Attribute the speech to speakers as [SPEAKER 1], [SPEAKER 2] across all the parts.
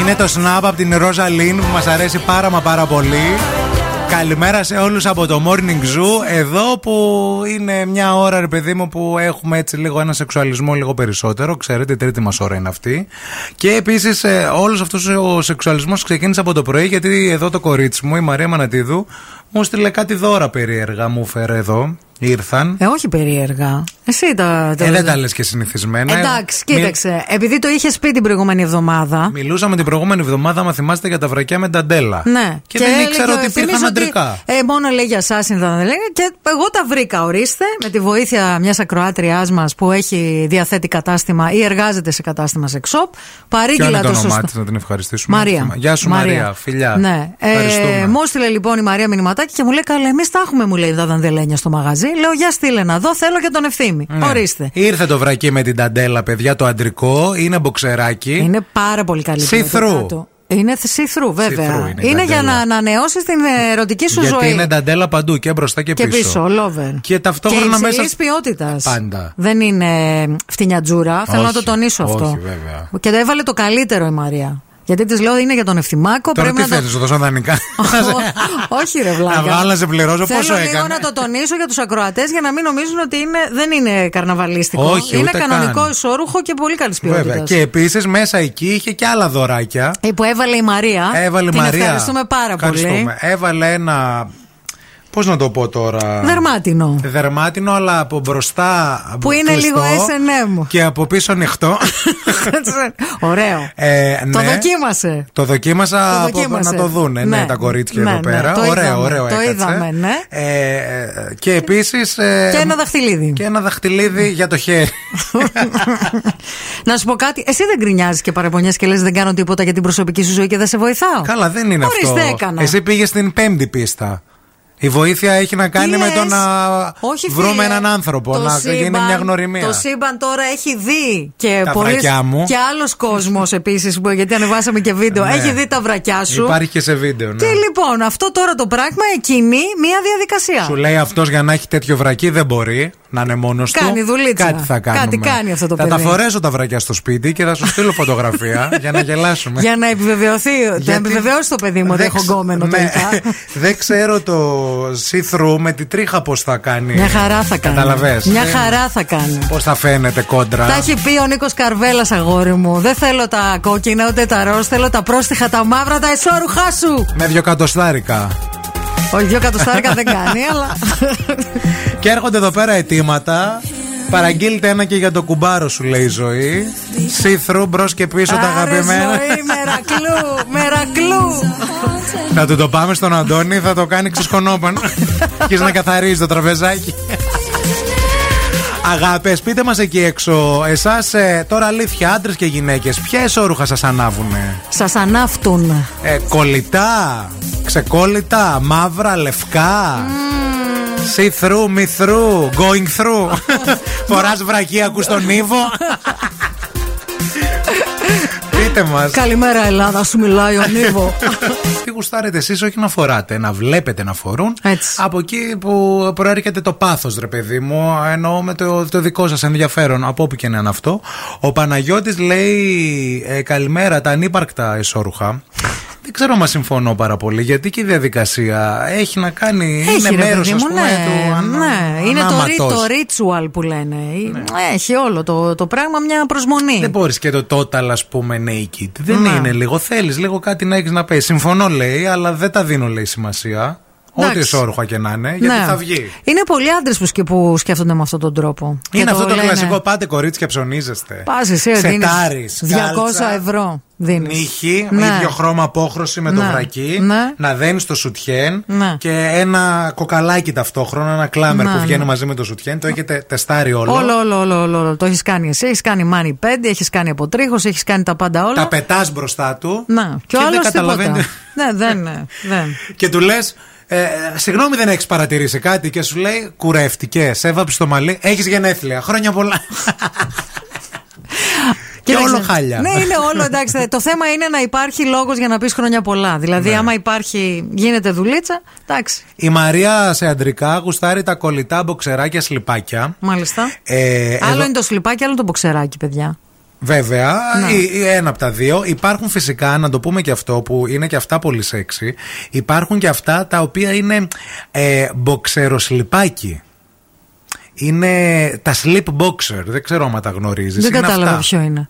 [SPEAKER 1] είναι το Snap από την Ρόζα Λίν που μας αρέσει πάρα μα πάρα πολύ. Καλημέρα σε όλους από το Morning Zoo Εδώ που είναι μια ώρα ρε παιδί μου που έχουμε έτσι λίγο ένα σεξουαλισμό λίγο περισσότερο Ξέρετε η τρίτη μας ώρα είναι αυτή Και επίσης ε, όλος αυτός ο σεξουαλισμός ξεκίνησε από το πρωί Γιατί εδώ το κορίτσι μου η Μαρία Μανατίδου μου στείλε κάτι δώρα περίεργα μου φέρε εδώ Ήρθαν.
[SPEAKER 2] Ε, όχι περίεργα. Εσύ τα.
[SPEAKER 1] τα... Ε, δεν τα λες και συνηθισμένα.
[SPEAKER 2] Εντάξει, κοίταξε. Μι... Επειδή το είχες πει την προηγούμενη εβδομάδα.
[SPEAKER 1] Μιλούσαμε την προηγούμενη εβδομάδα, μα θυμάστε, για τα βρακιά με ταντέλα.
[SPEAKER 2] Ναι.
[SPEAKER 1] Και, και δεν ήξερα ότι υπήρχαν αντρικά.
[SPEAKER 2] Ότι, ε, μόνο λέει για εσάς ήταν. Και εγώ τα βρήκα, ορίστε, με τη βοήθεια μιας ακροάτριάς μας που έχει διαθέτει κατάστημα ή εργάζεται σε κατάστημα σε εξόπ. Παρήγγειλα
[SPEAKER 1] το
[SPEAKER 2] σωστό.
[SPEAKER 1] Της, να την ευχαριστήσουμε.
[SPEAKER 2] Μαρία.
[SPEAKER 1] Γεια σου, Μαρία. Μαρία. Φιλιά.
[SPEAKER 2] Ναι. Ε, μου έστειλε λοιπόν η Μαρία μηνυματάκι και μου λέει, Καλά, εμείς τα έχουμε, μου λέει, τα δαντελένια στο μαγαζί. Λέω για στείλε να δω, θέλω και τον ευθύμη. Ναι. Ορίστε.
[SPEAKER 1] Ήρθε το βρακί με την ταντέλα, παιδιά, το αντρικό. Είναι μποξεράκι.
[SPEAKER 2] Είναι πάρα πολύ καλή
[SPEAKER 1] του.
[SPEAKER 2] Είναι see-through, βέβαια. See-through είναι, είναι για να ανανεώσεις την ερωτική σου
[SPEAKER 1] ναι, Γιατί
[SPEAKER 2] ζωή.
[SPEAKER 1] είναι νταντέλα παντού και μπροστά και,
[SPEAKER 2] και
[SPEAKER 1] πίσω.
[SPEAKER 2] πίσω lover.
[SPEAKER 1] Και ταυτόχρονα
[SPEAKER 2] και
[SPEAKER 1] μέσα.
[SPEAKER 2] ποιότητας.
[SPEAKER 1] Πάντα.
[SPEAKER 2] Δεν είναι φτηνιά τζούρα. Θέλω να το τονίσω
[SPEAKER 1] όχι,
[SPEAKER 2] αυτό.
[SPEAKER 1] Βέβαια.
[SPEAKER 2] Και το έβαλε το καλύτερο η Μαρία. Γιατί της λέω είναι για τον Ευθυμάκο.
[SPEAKER 1] Τώρα
[SPEAKER 2] πρέπει
[SPEAKER 1] τι
[SPEAKER 2] να
[SPEAKER 1] θέλει, το... δώσω δανεικά.
[SPEAKER 2] Όχι, ρε βλάκα.
[SPEAKER 1] Να βάλω, σε πληρώσω
[SPEAKER 2] Θέλω
[SPEAKER 1] πόσο
[SPEAKER 2] λίγο
[SPEAKER 1] έκανε.
[SPEAKER 2] να το τονίσω για τους ακροατές για να μην νομίζουν ότι είναι, δεν είναι καρναβαλίστικο.
[SPEAKER 1] Όχι,
[SPEAKER 2] είναι
[SPEAKER 1] ούτε
[SPEAKER 2] κανονικό
[SPEAKER 1] καν.
[SPEAKER 2] ισόρουχο και πολύ καλής
[SPEAKER 1] Βέβαια.
[SPEAKER 2] ποιότητας.
[SPEAKER 1] Και επίσης μέσα εκεί είχε και άλλα δωράκια.
[SPEAKER 2] Ε, Που έβαλε η Μαρία.
[SPEAKER 1] Έβαλε
[SPEAKER 2] την
[SPEAKER 1] Μαρία.
[SPEAKER 2] Ευχαριστούμε πάρα πολύ.
[SPEAKER 1] Ευχαριστούμε. Έβαλε ένα. Πώς να το πω τώρα.
[SPEAKER 2] Δερμάτινο.
[SPEAKER 1] Δερμάτινο, αλλά από μπροστά.
[SPEAKER 2] Ναι. Που είναι
[SPEAKER 1] κλειστό
[SPEAKER 2] λίγο SNM.
[SPEAKER 1] Και από πίσω ανοιχτό.
[SPEAKER 2] Ωραίο.
[SPEAKER 1] Ε,
[SPEAKER 2] Το
[SPEAKER 1] ναι.
[SPEAKER 2] δοκίμασε.
[SPEAKER 1] Το δοκίμασα
[SPEAKER 2] Το
[SPEAKER 1] από-
[SPEAKER 2] δοκίμασε.
[SPEAKER 1] να το δούνε ναι,
[SPEAKER 2] Ναι.
[SPEAKER 1] τα κορίτσια
[SPEAKER 2] Ναι,
[SPEAKER 1] εδώ
[SPEAKER 2] ναι,
[SPEAKER 1] πέρα.
[SPEAKER 2] το
[SPEAKER 1] ωραίο,
[SPEAKER 2] είδαμε,
[SPEAKER 1] ωραίο
[SPEAKER 2] το
[SPEAKER 1] έκατσε.
[SPEAKER 2] είδαμε, ναι.
[SPEAKER 1] Ε, ε, και επίσης. Ε,
[SPEAKER 2] Και ένα δαχτυλίδι.
[SPEAKER 1] και ένα δαχτυλίδι για το χέρι.
[SPEAKER 2] Να σου πω κάτι, εσύ δεν γκρινιάζεις και παραπονιέ και λες δεν κάνω τίποτα για την προσωπική σου ζωή και δεν σε βοηθάω.
[SPEAKER 1] Καλά, δεν είναι
[SPEAKER 2] Ορίστε,
[SPEAKER 1] αυτό.
[SPEAKER 2] έκανα.
[SPEAKER 1] Εσύ πήγες στην πέμπτη πίστα. Η βοήθεια έχει να κάνει
[SPEAKER 2] Τι
[SPEAKER 1] με το
[SPEAKER 2] λες?
[SPEAKER 1] να
[SPEAKER 2] Όχι,
[SPEAKER 1] βρούμε
[SPEAKER 2] φίλε.
[SPEAKER 1] έναν άνθρωπο,
[SPEAKER 2] Το
[SPEAKER 1] να γίνει
[SPEAKER 2] σύμπαν-
[SPEAKER 1] μια γνωριμία.
[SPEAKER 2] Το σύμπαν τώρα έχει δει και
[SPEAKER 1] Τα
[SPEAKER 2] πολλές-
[SPEAKER 1] βρακιά μου.
[SPEAKER 2] Και άλλος κόσμος επίσης, γιατί ανεβάσαμε και βίντεο,
[SPEAKER 1] Ναι.
[SPEAKER 2] έχει δει τα βρακιά σου.
[SPEAKER 1] Υπάρχει και σε βίντεο. Ναι.
[SPEAKER 2] Και λοιπόν, αυτό τώρα το πράγμα εκείνη μία διαδικασία.
[SPEAKER 1] Σου λέει αυτός για να έχει τέτοιο βρακί δεν μπορεί να είναι μόνος του.
[SPEAKER 2] Κάνει δουλίτσα.
[SPEAKER 1] Κάτι θα
[SPEAKER 2] Κάτι
[SPEAKER 1] κάνουμε.
[SPEAKER 2] κάνει αυτό το
[SPEAKER 1] θα
[SPEAKER 2] παιδί.
[SPEAKER 1] τα φορέσω τα βρακιά στο σπίτι και θα σου στείλω φωτογραφία για να γελάσουμε.
[SPEAKER 2] Για να επιβεβαιωθεί, να
[SPEAKER 1] Γιατί-
[SPEAKER 2] επιβεβαιώσει το παιδί μου ότι
[SPEAKER 1] Δεν
[SPEAKER 2] έχω
[SPEAKER 1] ξε-
[SPEAKER 2] γκόμενο
[SPEAKER 1] ναι.
[SPEAKER 2] τελικά.
[SPEAKER 1] Δεν ξέρω το see-through με τη τρίχα πώς θα κάνει.
[SPEAKER 2] Μια χαρά θα κάνει.
[SPEAKER 1] Καταλαβες.
[SPEAKER 2] Μια χαρά θα κάνει.
[SPEAKER 1] Πώς θα φαίνεται κόντρα.
[SPEAKER 2] Τα έχει πει ο Νίκος Καρβέλας, αγόρι μου. Δεν θέλω τα κόκκινα ούτε τα ροζ. Θέλω τα πρόστιχα, τα μαύρα, τα εσώρουχά σου.
[SPEAKER 1] Με δυο κατοστάρικα.
[SPEAKER 2] Όχι, δυο κατοστάρικα δεν κάνει, αλλά.
[SPEAKER 1] Και έρχονται εδώ πέρα αιτήματα. Παραγγείλτε ένα και για το κουμπάρο σου, λέει η ζωή. See-through μπρος και πίσω τα
[SPEAKER 2] Άρε,
[SPEAKER 1] αγαπημένα.
[SPEAKER 2] ζωή, μερακλού, μερακλού.
[SPEAKER 1] Να του το πάμε στον Αντώνη, θα το κάνει ξεσκονόπαν. Και να καθαρίζει το τραπεζάκι. Αγάπες, πείτε μας εκεί έξω, εσάς τώρα αλήθεια, άντρες και γυναίκες, ποιες όρουχα σας ανάβουνε.
[SPEAKER 2] Σας ανάφτουν.
[SPEAKER 1] Ε, κολλητά, ξεκόλλητα, μαύρα, λευκά. See through, me through, going through. Φορά βρακή, ακούς τον ύβο. Πείτε μας.
[SPEAKER 2] Καλημέρα, Ελλάδα, σου μιλάει ο Νίβο.
[SPEAKER 1] Τι γουστάρετε εσείς, όχι να φοράτε, να βλέπετε να φορούν.
[SPEAKER 2] Έτσι.
[SPEAKER 1] Από εκεί που προέρχεται το πάθος, ρε παιδί μου, εννοώ με το, το δικό σας ενδιαφέρον, από όπου και να είναι αυτό. Ο Παναγιώτης λέει ε, καλημέρα, τα ανύπαρκτα εσόρουχα. Δεν ξέρω αν συμφωνώ πάρα πολύ, γιατί και η διαδικασία έχει να κάνει.
[SPEAKER 2] Έχει,
[SPEAKER 1] είναι
[SPEAKER 2] ρε
[SPEAKER 1] μέρο,
[SPEAKER 2] παιδί μου, ναι,
[SPEAKER 1] του ανα, Ναι.
[SPEAKER 2] ναι. Είναι το, ρι-
[SPEAKER 1] ανάματος.
[SPEAKER 2] το ritual που λένε. Έχει όλο το, το πράγμα μια προσμονή.
[SPEAKER 1] Δεν μπορείς και το total, ας πούμε, naked. Δεν
[SPEAKER 2] Ναι.
[SPEAKER 1] είναι λίγο. Θέλεις λίγο κάτι να έχεις να πεις. Συμφωνώ, λέει, αλλά δεν τα δίνω, λέει, σημασία. Ό,τι
[SPEAKER 2] Εντάξει.
[SPEAKER 1] εσόρουχα και να είναι, γιατί
[SPEAKER 2] Ναι.
[SPEAKER 1] θα βγει.
[SPEAKER 2] Είναι πολλοί άντρες που, σκε- που σκέφτονται με αυτόν τον τρόπο. Και
[SPEAKER 1] Είναι αυτό το
[SPEAKER 2] λένε,
[SPEAKER 1] κλασικό πάτε κορίτσια ψωνίζεστε.
[SPEAKER 2] Πας εσύ, ε, δίνεις
[SPEAKER 1] Σετάρις,
[SPEAKER 2] 200
[SPEAKER 1] κάλτσα,
[SPEAKER 2] ευρώ. Δίνεις.
[SPEAKER 1] Νύχι,
[SPEAKER 2] Ναι.
[SPEAKER 1] με ίδιο χρώμα απόχρωση με το
[SPEAKER 2] Ναι.
[SPEAKER 1] βρακί,
[SPEAKER 2] Ναι.
[SPEAKER 1] να δένεις το σουτιέν
[SPEAKER 2] Ναι.
[SPEAKER 1] και ένα κοκαλάκι ταυτόχρονα, ένα κλάμερ
[SPEAKER 2] Ναι,
[SPEAKER 1] που βγαίνει
[SPEAKER 2] ναι.
[SPEAKER 1] μαζί με το σουτιέν. Το έχετε τεστάρει όλο.
[SPEAKER 2] Όλο, όλο, όλο, όλο, όλο. Το έχεις κάνει εσύ. Έχεις κάνει μάνι 5, έχεις κάνει αποτρίχωση, έχεις κάνει τα πάντα όλα.
[SPEAKER 1] Τα πετάς μπροστά του.
[SPEAKER 2] Να, Ναι. και ο
[SPEAKER 1] δεν
[SPEAKER 2] άλλος τίποτα.
[SPEAKER 1] καταλαβαίνει.
[SPEAKER 2] ναι, δεν, ναι, δεν.
[SPEAKER 1] Και του λες, ε, συγγνώμη δεν έχεις παρατηρήσει κάτι και σου λέει κουρεύτηκε, έβαψε το μαλλί, έχεις γενέθλια. Χρόνια πολλά. και
[SPEAKER 2] Κοίταξε,
[SPEAKER 1] όλο χάλια.
[SPEAKER 2] Ναι, είναι όλο εντάξει. Το θέμα είναι να υπάρχει λόγος για να πεις χρόνια πολλά.
[SPEAKER 1] Ναι.
[SPEAKER 2] Δηλαδή, άμα υπάρχει, γίνεται δουλίτσα. Εντάξει,
[SPEAKER 1] Η Μαρία σε αντρικά γουστάρει τα κολλητά μποξεράκια σλιπάκια.
[SPEAKER 2] μάλιστα.
[SPEAKER 1] Ε,
[SPEAKER 2] άλλο
[SPEAKER 1] εδώ-
[SPEAKER 2] είναι το σλιπάκι, άλλο το μποξεράκι, παιδιά.
[SPEAKER 1] Βέβαια,
[SPEAKER 2] Ναι.
[SPEAKER 1] ή, ή ένα από τα δύο. Υπάρχουν φυσικά, να το πούμε και αυτό που είναι και αυτά πολύ σεξι, υπάρχουν και αυτά τα οποία είναι ε, μποξεροσλιπάκι. Είναι τα sleep boxer. Δεν ξέρω αν τα γνωρίζεις.
[SPEAKER 2] Δεν κατάλαβα ποιο είναι.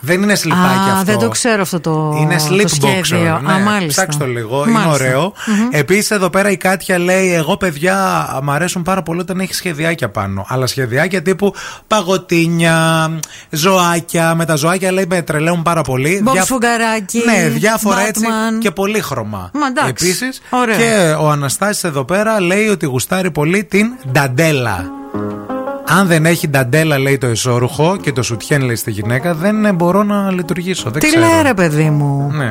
[SPEAKER 1] Δεν είναι σλιπάκι
[SPEAKER 2] Α,
[SPEAKER 1] αυτό.
[SPEAKER 2] δεν το ξέρω αυτό το-
[SPEAKER 1] Είναι
[SPEAKER 2] το
[SPEAKER 1] sleep
[SPEAKER 2] σχέδιο.
[SPEAKER 1] boxer. ναι.
[SPEAKER 2] Α, μάλιστα.
[SPEAKER 1] Ψάξτε το λίγο. Είναι
[SPEAKER 2] Μάλιστα.
[SPEAKER 1] ωραίο. Επίσης, εδώ πέρα η Κάτια λέει: Εγώ, παιδιά, μ' αρέσουν πάρα πολύ όταν έχει σχεδιάκια πάνω. Αλλά σχεδιάκια τύπου παγωτίνια, ζωάκια. Με τα ζωάκια λέει με τρελαίνουν πάρα πολύ.
[SPEAKER 2] Μπομπ Σφουγγαράκη,
[SPEAKER 1] Ναι, διάφορα έτσι
[SPEAKER 2] Batman.
[SPEAKER 1] και πολύχρωμα.
[SPEAKER 2] Μα, εντάξει.
[SPEAKER 1] Επίσης,
[SPEAKER 2] Ωραίο.
[SPEAKER 1] και ο Αναστάσης εδώ πέρα λέει ότι γουστάρει πολύ την νταντέλα. Αν δεν έχει νταντέλα, λέει το εσώρουχο και το σουτιέν, λέει στη γυναίκα, δεν ε, μπορώ να λειτουργήσω. Δεν
[SPEAKER 2] Τι
[SPEAKER 1] ξέρω.
[SPEAKER 2] λέει ρε παιδί μου.
[SPEAKER 1] Ναι.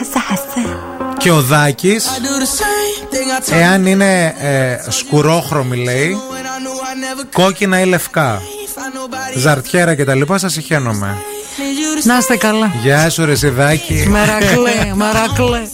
[SPEAKER 2] Άσε, άσε.
[SPEAKER 1] Και ο Δάκης,
[SPEAKER 3] I do the same thing I told
[SPEAKER 1] εάν είναι ε, σκουρόχρωμη, λέει,
[SPEAKER 3] you when I knew I never could
[SPEAKER 1] κόκκινα ή λευκά,
[SPEAKER 3] find nobody.
[SPEAKER 1] ζαρτιέρα κτλ., σα συχαίνομαι.
[SPEAKER 3] Need you to
[SPEAKER 2] Να είστε καλά.
[SPEAKER 1] Γεια σου, ρε Σιδάκη.
[SPEAKER 2] Μαρακλέ, μαρακλέ.